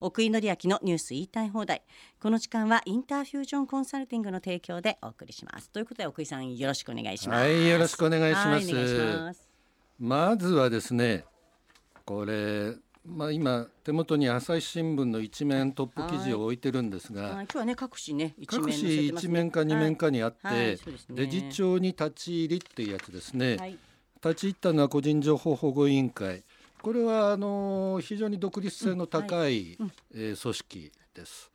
奥井紀明のニュース言いたい放題この時間はインターフュージョンコンサルティングの提供でお送りしますということで奥井さんよろしくお願いしますはいよろしくお願いしますはいお願いしますまずはですねこれまあ今手元に朝日新聞の一面トップ記事を置いてるんですあーが今日はね各紙ね一面各載せ紙てます一ね面か二面かにあって、はいはいそうですね理事長に立ち入りっていうやつですね、はい立ち入ったのは個人情報保護委員会これはあの非常に独立性の高い、えー組織です。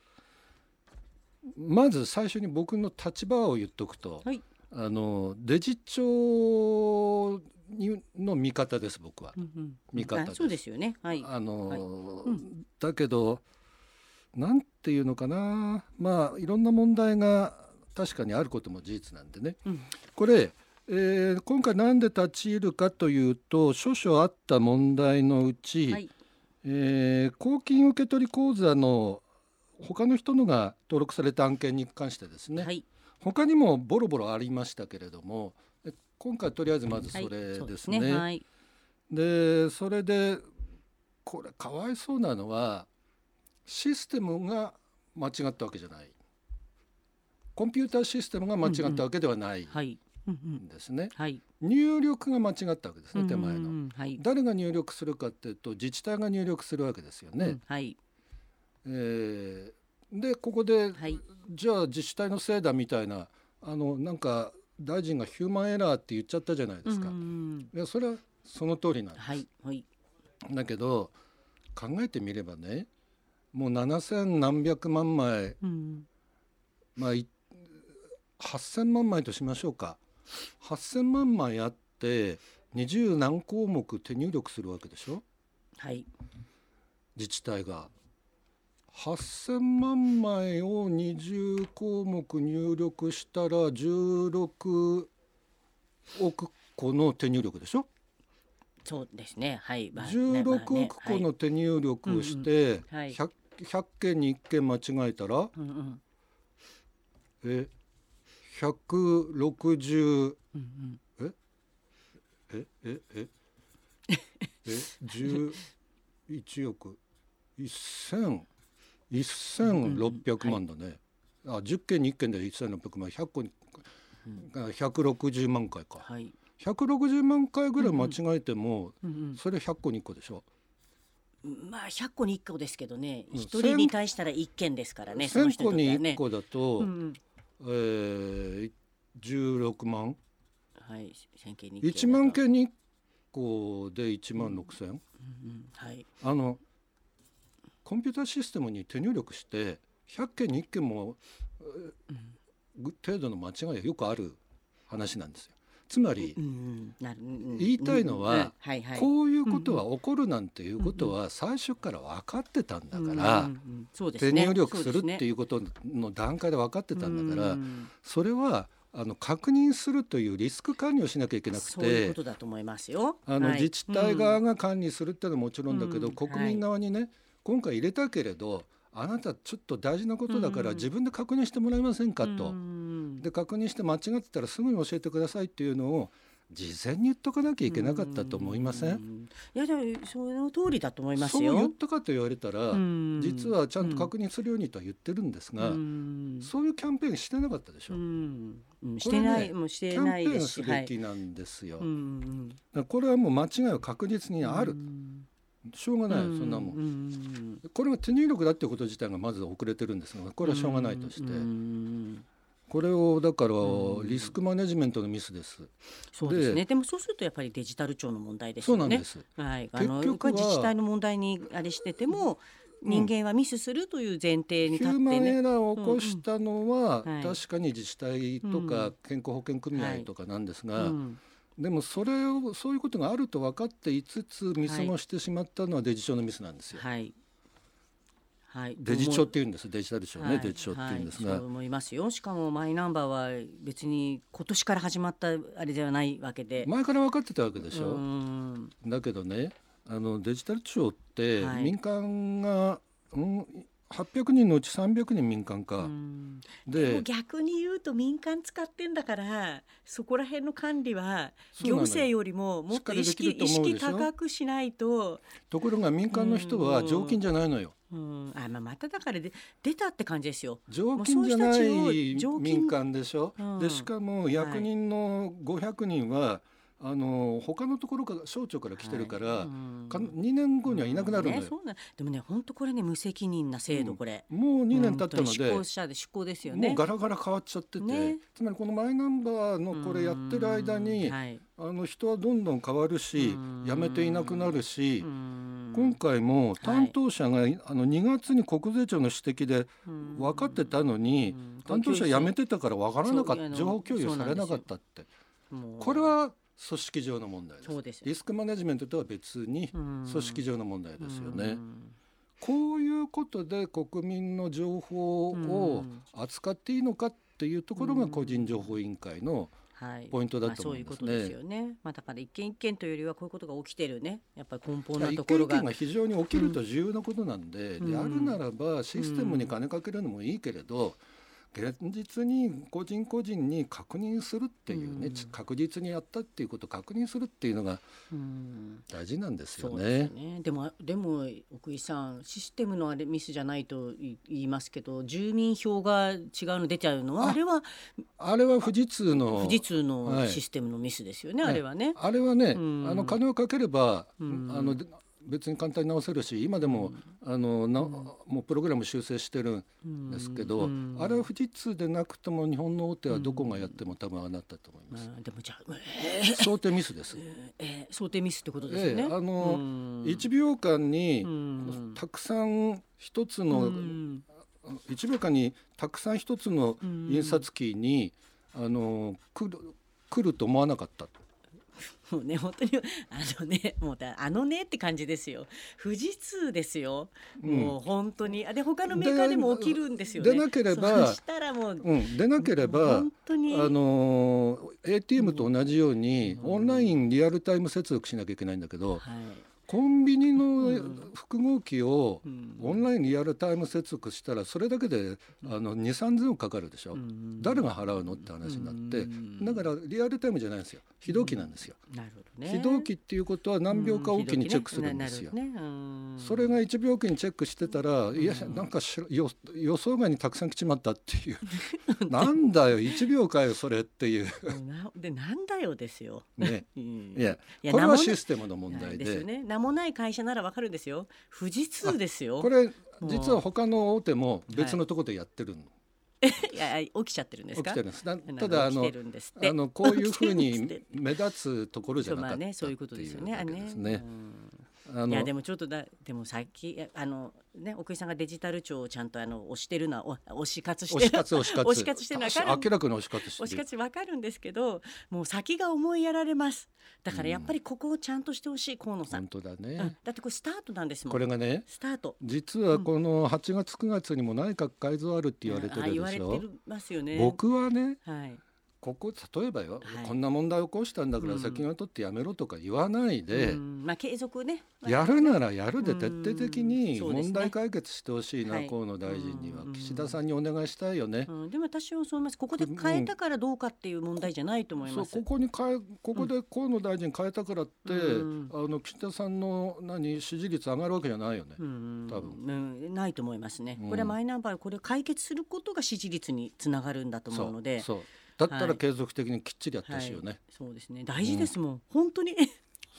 まず最初に僕の立場を言っとくと、はいあのデジ庁にの見方です僕は。うんうん見方ですあそうですよねはいあのはいだけどなんていうのかなまあいろんな問題が確かにあることも事実なんでね、うんこれ、えー今回なんで立ち入るかというと少々あった問題のうち、はいえー公金受取口座の他の人のが登録された案件に関してですね、はい他にもボロボロありましたけれどもえ今回とりあえずまずそはいれそうですね。はいでそれでこれかわいそうなのはシステムが間違ったわけじゃないコンピューターシステムが間違ったわけではないんはいうんうんですね、はい入力が間違ったわけですね手前うんうのんはい誰が入力するかっていうと自治体が入力するわけですようねん、はいえーでここで、はいじゃあ自治体のせいだみたいなあのなんか大臣がヒューマンエラーって言っちゃったじゃないですか、うんうんいやそれはその通りなんです、はいはいだけど考えてみればねもう7,000何百万枚、うんまあ、い8,000万枚としましょうか8,000万枚あって20何項目手入力するわけでしょはい自治体が。8,000万枚を20項目入力したら16億個の手入力でしょそうですねはいまあねまあね16億個の手入力をしてうんうんはい 100, 100件に1件間違えたらうんうんえ160うんうんええええ11億1000 1600万だね、あ10件に1件で1600万100個にが160万回かはい160万回ぐらい間違えても、うんうんそれ100個に1個でしょまあ100個に1個ですけどねうん一人に対したら1件ですからねその人にとっ1000個てにはね1個だと、うんうんえー、16万はい1000件に1万件に1個で1万6000、うんうんはいあのコンピューターシステムに手入力して100件に1件も、えーぐ程度の間違いはよくある話なんですよ。つまり、うんうんなるうんうん言いたいのはうんうんはいはいこういうことは起こるなんていうことは最初から分かってたんだから、うんうんうんそうです手ね入力するっうていうことの段階で分かってこたんだから、うんそれはあの確認するというリスク管理をしなきゃいけなくて。そういうことだと思いますよあのはい自治体側が管理するってのはもちろんだけど、うん国民側にね、今回入れたけれどあなたちょっと大事なことだからうん自分で確認してもらえませんかうんと、うんで確認して間違ってたらすぐに教えてくださいっていうのを事前に言っとかなきゃいけなかったと思いません、ういやでもその通りだと思いますそう言っよたかと言われたら、うん実はちゃんと確認するようにとは言ってるんですが、うんそういうキャンペーンしてなかったでしょ、うんうんしこてれねないもうしキてャンペないでーンすすしべきなんですよ、はいうんうんだからこれはもう間違いは確実にうんある、うんしょうがないよそんなもんううんこれは手入力だってこと自体がまず遅れてるんですがこれはしょうがないとして、うんこれをだからうんリスクマネジメントのミスです、そうですねででもそうするとやっぱりデジタル庁の問題ですよそうねなんです、はい、あの結局は自治体の問題にあれしてても人間はミスするという前提にヒ立っューてマンねエラーを起こしたのはうんうんはい確かに自治体とうかん健康保険組合とかなんですうが、んでもそれをそういうことがあると分かっていつつ見過ごしてしまったのはデジ庁のミスなんですよ、はいはいデジ庁っていうんですデジタル庁ね、はいデジ庁っていうんですが、はいそう思いますよしかもマイナンバーは別に今年から始まったあれではないわけで前から分かってたわけでしょ、うんだけどねあのデジタル庁ってはい民間が、うん、800人のうち300人民間うか、んでもで逆に言うと民間使ってんだからそこら辺の管理はそうなの行よ政よりももっと意識しっかりで意きると思う識でしょ高くしないとところが民間の人はうん常勤じゃないのよ、うん、あ、まあ、まただからで、出たって感じですよ。常勤じゃなもうそういう人いたちを常勤民間でしょ、うんでしかも役人の500人は、あの他のところから省庁から来てるから、はいうんか2年後にはいなくなるのよ、ね、そうなんでもね、本当これね、無責任な制度、これ。もう2年経った本当のに執行で、者で執行ですよね。もうガラガラ変わっちゃってて、ねつまりこのマイナンバーのこれやってる間に、うんはい、あの人はどんどん変わるしうん辞めていなくなるし、今今回も担当者が、あの2月に国税庁の指摘で分かってたのに、うん担当者辞めてたから分からなかっそうあたの情報共有されなかったってこれは組織上の問題ですそうですよリスクマネジメントとは別に組組織上の問題ですよね。うんこういうことで国民の情報うをん扱っていいのかっていうところうがん個人情報委員会のはい、ポイントだまあと思そうういうんでこすとですね。よね。まあだから一件一件というよりはこういうことが起きてるね、やっぱり根本な一とこ見ろ一が見が非常に起きると重要なことなんで、うんであるならばシステムに金かけるのもいいけれど、現実に個人個人に確認するっていうね、うん確実にやったっていうことを確認するっていうのがうん大事なんですよそうですね。ね。でもでも奥井さん、システムのあれミスじゃないとい言いますけど、住民票が違うの出ちゃうのはああれはあれは富士通の富士通はのいシステムのミスですよね。はいあれはね。あれはね、うんあの金をかければ、うんあので別に簡単に直せるし今でも、あのなもうプログラム修正してるんですけうど、んあれは富士通でなくとも日本の大手はどこがやっても多分ああなったと思います、うんでもじゃあ、想定ミスです、えーえー想定ミスってことですよええね。あの、うん1秒間に、うんたくさん一つうの、ん1秒間にたくさん一つのうん印刷機に、あの来る来ると思わなかったもうね本当にあのねもうだあのねって感じですよ富士通ですよ、うんもう本当にあで他のメーカーでも起きるんですよねでなければそうしたらもう、うん、でなければ、本当にあのー ATM と同じように、オンラインリアルタイム接続しなきゃいけないんだけはど、いコンビニんの複合機をうんオンラインリアルタイム接続したらそれだけであの2 3千億かかるでしょ、うん誰が払うのって話になって、うんだからリアルタイムじゃないんですよ非同期なんですよ、なるほどね非同期っていうことは何秒かおきにチェックするんですよ、う非同期ねななるほどねうんそれが1秒期にチェックしてたら、いやうんなんかしろ予予想外にたくさん来ちまったって いうなんだよ1秒かよそれっていうなでなんだよですよ、ねうんいやいやこ名れもはなシステムの問は題いで,、ですよね名もない会社ならわかるんですよ富士通ですよこれ実は他の大手も別のところでやってるの、 いやいや起きちゃってるんです起きかてるんですなあのただあ起きのてるんですってあのこういうふう 起きてるんにですって目立つところじゃなまかあったねってそういいううここととでですすよねあねねうんあいやのでもちょっとだでもさっきいやあのね奥井さんがデジタル庁をちゃんとあの推してるのはお推し活してる推し活推し活推し活してるのは彼明らかに推し活して推るし活わかるんですけどもう先が思いやられますだからやっぱりここをちゃんとしてほしい河野さん、本当だね、うんだってこれスタートなんですもんこれがねスタート実はこの8月9月にも内閣改造あるって言われてある言でわしれょてますよね僕はねはいここ例えばよ、はいこんな問題起こしたんだかうらん責任を取ってやめろとか言わないで、うんまあ継続ねやるならやるで徹底的うんにそうですね問題解決してほしいな、はい河野大臣には、うん岸田さんにお願いしたいよね。うん、でも私もそう思いますここで変えたからどうかっていう問題じゃないと思いそまうすここに変えここで河野大臣変えたからって、うんあの岸田さんの何支持率上がるわけじゃないよね。うん多分うん、ないと思いますね、うんこれはマイナンバーこれを解決することが支持率につながるんだとそ思うのでうそうだったはらい継続的にきっちりやってほしいよね。はい、そうですね大事ですもん、本当に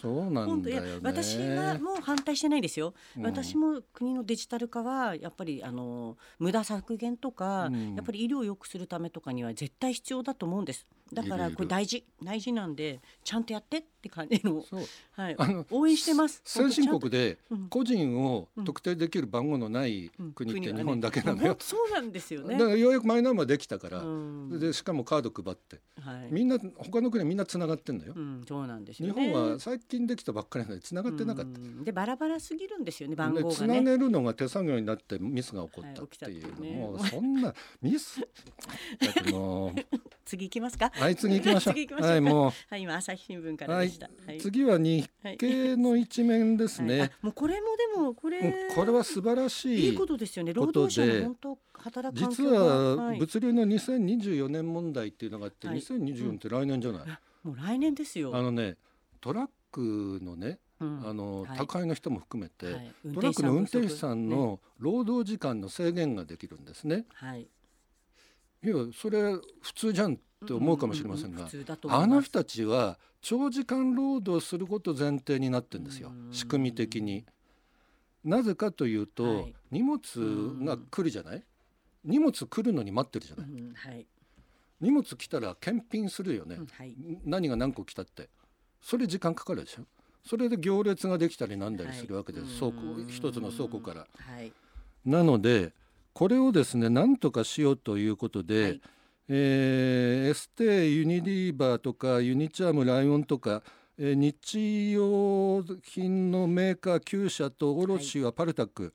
そうなん 本当だいよやね。私はもう反対してないですよ、うん私も国のデジタル化はやっぱりあの無駄削減とか、うんやっぱり医療を良くするためとかには絶対必要だと思うんですだかいらるいるこれ大事大事なんでちゃんとやってって感じの、 そうはいあの、応援してます先進国でうん個人を特定できる番号のないうん国ってはね日本だけなのよ。そうなんですよねだからようやくマイナンバーできたから、うんでしかもカード配って、はいみんな他の国はみんなつながってんのよう。ん、そうなんです日よ、ね。本は最近できたばっかりなのでつながってなかった。うんでバラバラすぎるんですよね番で号がつなね。げるのが手作業になってミスが起こったってはいい起きちゃっう、たねもうそんなミスだってもう次行きますか。 はい次行きましょう次行きましょうかはいもはい今朝日新聞かう、らはでいした。はい。次は日経の一面ですね、はいあもうこれもでもこれ、うんこれは素晴らしいいいことですよね。こ労と働者での本当働く環実境が、はい物流の2024年問題っていうのがあって、はい2024って来年じゃない、もう来年ですよ。あのねトラックのねうんあの、はい宅配の人も含めて、はいトラックの運転手さん運の労働時間の制限ができるんですね。転手さん不足ねはいいやそれ普通じゃんって思うかもしれませんが、ううう普通だと思いまあすの人たちは長時間労働すること前提になってるんですようん仕組み的に。なぜかというと、はい荷物が来るじゃない荷物来るのに待ってるじゃうない、んはい荷物来たら検品するよね、うんはい何が何個来たってそれ時間かかるでしょそれで行列ができたりなんだりするわけです、はい倉庫一つの倉庫から。はいなのでこれをですねなんとかしようということで、はいえーエステユニリーバーとかユニチャームライオンとか、えー日用品のメーカー9社と卸はパルタック、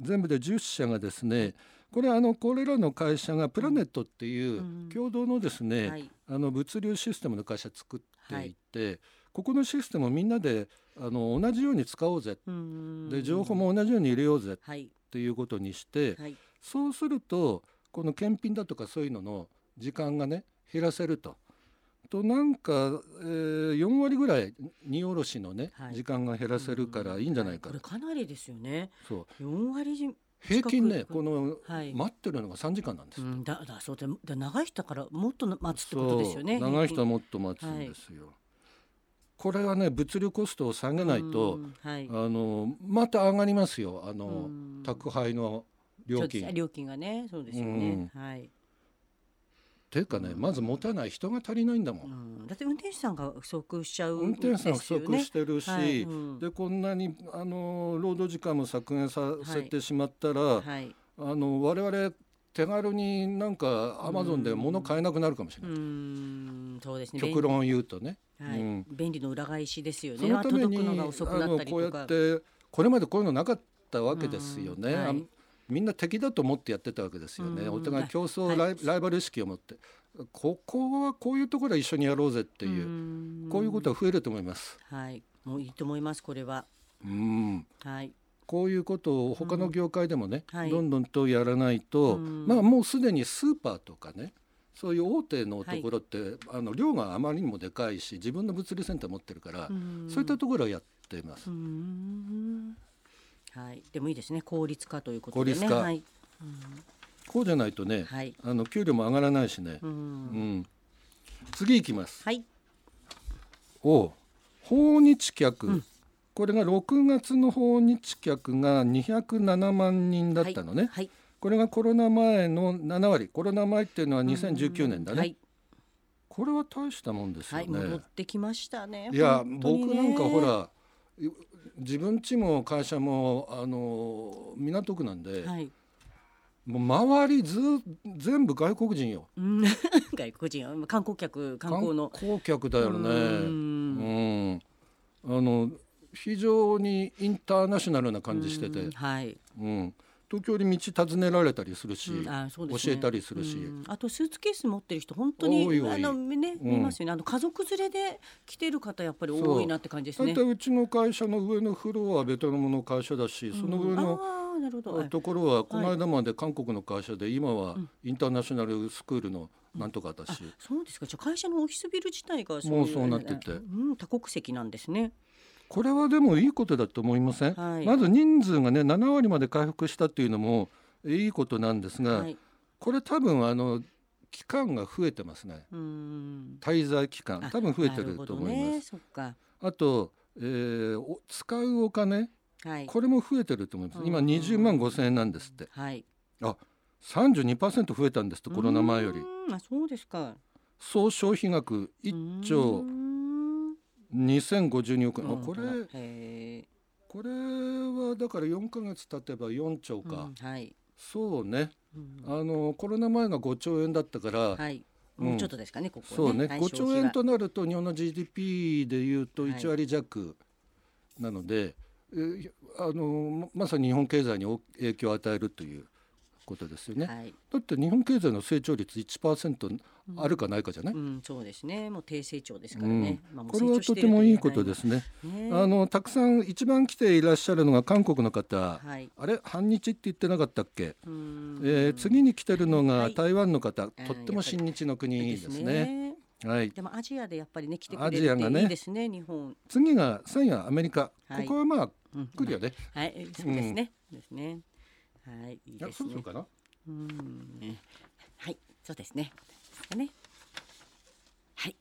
全部で10社がですねこれあのこれらの会社がプラネットっていううん共同のですね、はいあの物流システムの会社作っていて、ここのシステムをみんなであの同じように使おうぜうんで情報も同じように入れようぜっはいていうことにして、はいそうするとこの検品だとかそういうのの時間がね減らせると。となんか、えー、4割ぐらい荷下ろしのね、はい時間が減らせるからいいんじゃないかうはこれかなりですよねそう四割じ平均ね近くこの、はい待ってるのが3時間なんです。うんだだそうでだ長い人からもっと待つってことですよねそう長い人はもっと待つんですよ。これはね物流コストを下げないと、うんはいあのまた上がりますよあの、うん宅配の料ちょっと金。料金がねそうですよねはいていうかねまず持たない人が足りないんだもん。うんだって運転手さんが不足しちゃう運転手さん不ですよね足してるし、はいうんでこんなにあの労働時間も削減さいせてしまったら、はいあの我々手軽になんかアマゾンで物買えなくなるかもしれうない、んそうですね極論言うとね。はいうん便利の裏返しですよねそのため届にくのが遅くなったあのりこうとやかってこれまでこういうのなかったわけですよね。うんはいあのみんな敵だと思ってやってたわけですよね。うんお互い競は争いライ,、バル意識を持ってここはこういうところは一緒にやろうぜっていうう、んこういうことは増えると思います。はいもういいと思いますこれはうんはいこういうことを他の業界でもね、うんはいどんどんとやらないと、うんまあもうすでにスーパーとかねそういう大手のところって、あの量があまりにもでかいし自分の物流センター持ってるから、そういったところはやってますう。んはいでもいいですね効率化ということでね効率化はいこうじゃないとね、はいあの給料も上がらないしね。ううんん次行きます。はいお訪日客、これが6月の訪日客が207万人だったのね、はいこれがコロナ前の7割コロナ前っていうのは2019年だね、はいこれは大したもんですよはいね。戻ってきましたねい、や、本当に僕ねなんかほらい自分家も会社もあの港区なんで、はいもう周りず全部外国人ようん外国人観光客観光の観光客だよね。ううんあの非常にインターナショナルな感じしてて、うんはいうん東京に道尋ねられたりするし、うんあそうです教えたりするし、うんあとスーツケース持ってる人本当に多い多いあのねうん見ますよね、あの家族連れで来てる方やっぱりそう多いなって感じです大ね体。うちの会社の上のフロアはベトナムの会社だし、その上の、ああなるほど。はいところはこの間まで韓国の会社で今はインターナショナルスクールのなんとかだし、そうですか。じゃあ会社のオフィスビル自体がいもうそうなっててうん、多国籍なんですね。これはでもいいことだと思いません、はいまず人数がね7割まで回復したっていうのもいいことなんですが、はい。これ多分あの期間が増えてますねうーん。滞在期間あ多分増えてるなほとど思いまね。すそっか。あ,、と、えーお使うお金はい。これも増えてると思います、今うん20万5千円なんですってはい。あ32%増えたんですってコロナ前よりうーん。あそうですか。総消費額1兆うーん2052億円、あうんこれへえ。これはだから4ヶ月経てば4兆か、うんはい。そうねうんあのコロナ前が5兆円だったから、はい。うんもうちょっとですかね、ここね。そうね対5象費兆は円となると日本の GDP でいうとはい1割弱なので、えーあのままさに日本経済に大影響を与えるということですよね、はい。だって日本経済の成長率1%あるかないかじゃない、うん、そうですね。もう低成長ですからうんね。まあもうこれは成長しとてもいいことるですね。言えないあねのたくさん一番来ていらっしゃるのが韓国の方、はい。あれ反日って言ってなかったっけ、うーんえー次に来てるのはがい台湾の方、うんとっても親日の国ですね。ですねはい、でもアジアでやっぱりね来てくアれジるアってがねいいですね日本、次が3位はアメリカ、はいここはまあうん、来るよね、はいそうですね、ですねはいいいあですそろねそろかなうんねはいそうですねですかねはい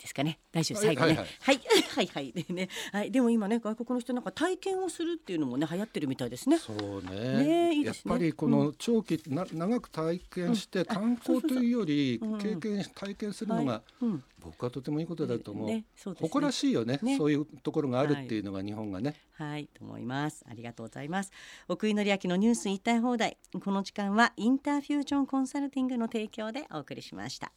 ですかね大丈夫は最い後ねははいいはいはい でねはいでも今ね外国の人なんか体験をするっていうのもね流行ってるみたいですねそうねねえいいやでっすねぱりこの長期、な長く体験して観光というよりそうそうそう経うん験し体験するはのがいうん僕はとてもいいことだと思う、ねそうですね誇らしいよねねそういうところがあるっていうのが日本がね、はいと思いますありがとうございます奥井紀明のニュース言いたい放題この時間はインターフュージョンコンサルティングの提供でお送りしました